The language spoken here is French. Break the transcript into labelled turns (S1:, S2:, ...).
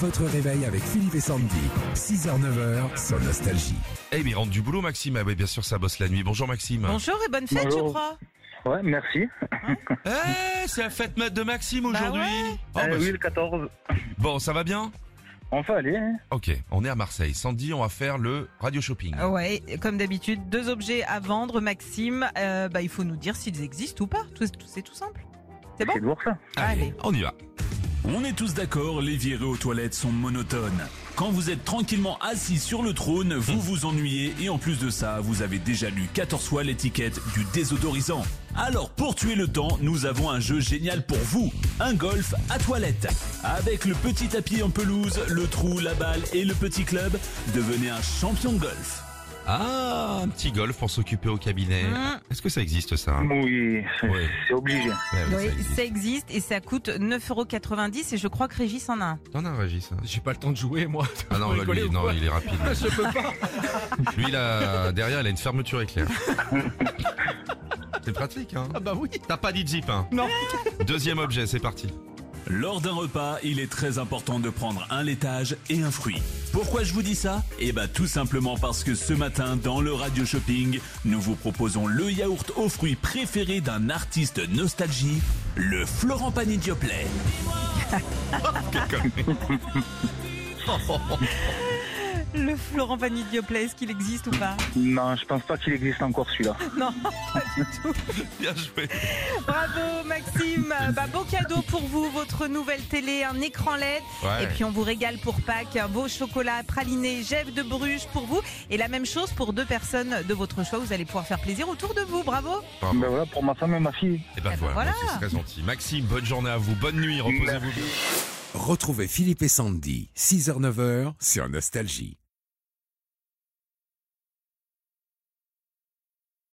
S1: Votre réveil avec Philippe et Sandy. 6h-9h sur Nostalgie.
S2: Eh, mais rentre du boulot, Maxime. Ah, oui, bien sûr, ça bosse la nuit. Bonjour, Maxime.
S3: Bonjour et bonne fête,
S4: Bonjour.
S3: je crois.
S4: Ouais, merci.
S2: Eh, c'est la fête mat- de Maxime
S5: Bah
S2: aujourd'hui.
S3: Bah ouais.
S2: Oh,
S4: Eh
S2: bah,
S4: oui, le 14.
S2: c'est- Bon, ça va bien
S4: Enfin, allez. hein.
S2: Ok, on est à Marseille. Sandy, on va faire le radio shopping.
S3: Ah Ouais, comme d'habitude, deux objets à vendre, Maxime. euh, bah, il faut nous dire s'ils existent ou pas. Tout- tout- C'est tout simple. C'est bon
S4: C'est lourd, ça.
S3: allez.
S2: on y va.
S6: On est tous d'accord, les virées aux toilettes sont monotones. Quand vous êtes tranquillement assis sur le trône, vous vous ennuyez et en plus de ça, vous avez déjà lu 14 fois l'étiquette du désodorisant. Alors pour tuer le temps, nous avons un jeu génial pour vous, un golf à toilette. Avec le petit tapis en pelouse, le trou, la balle et le petit club, devenez un champion de golf.
S2: Ah, un petit golf pour s'occuper au cabinet.
S5: Mmh.
S3: Mm.
S2: Est-ce que ça existe, ça hein
S4: Oui, c'est
S2: Ouais.
S4: c'est obligé.
S3: Oui,
S2: Ouais, ouais, ça existe.
S3: ça existe et ça coûte 9,90€ et je crois que Régis en a un.
S2: T'en as un, Régis hein
S5: J'ai pas le temps de jouer, moi.
S2: Ah non,
S5: Vous
S2: là,
S5: rigolez
S2: lui,
S5: ou
S2: non
S5: quoi
S2: il est rapide.
S5: Je peux pas.
S2: Lui, là, derrière, il a une fermeture éclair. c'est pratique, hein
S5: Ah bah oui.
S2: T'as pas dit de zip, hein
S5: Non.
S2: Deuxième objet, c'est parti.
S6: Lors d'un repas, il est très important de prendre un laitage et un fruit. Pourquoi je vous dis ça Eh bah tout simplement parce que ce matin dans le Radio Shopping, nous vous proposons le yaourt aux fruits préféré d'un artiste nostalgie, le Florent Pagny Dioplet.
S3: Le Florent Pagny Dioplet, est-ce qu'il existe ou pas
S4: Non, je pense pas qu'il existe encore celui-là.
S3: Non.
S2: Bien joué.
S3: Bravo Maxime. Bah, beau cadeau pour vous, votre nouvelle télé, un écran LED.
S2: Ouais.
S3: Et puis on vous régale pour Pâques un beau chocolat praliné Jeff de Bruges pour vous. Et la même chose pour deux personnes de votre choix. Vous allez pouvoir faire plaisir autour de vous. Bravo.
S2: Bravo.
S4: Ben voilà, pour ma femme et ma fille.
S2: Eh ben
S3: Eh ben
S2: voilà,
S3: voilà.
S2: c'est très gentil. Maxime, bonne journée à vous, bonne nuit, reposez-vous bien.
S1: Retrouvez Philippe et Sandy. 6h-9h sur Nostalgie.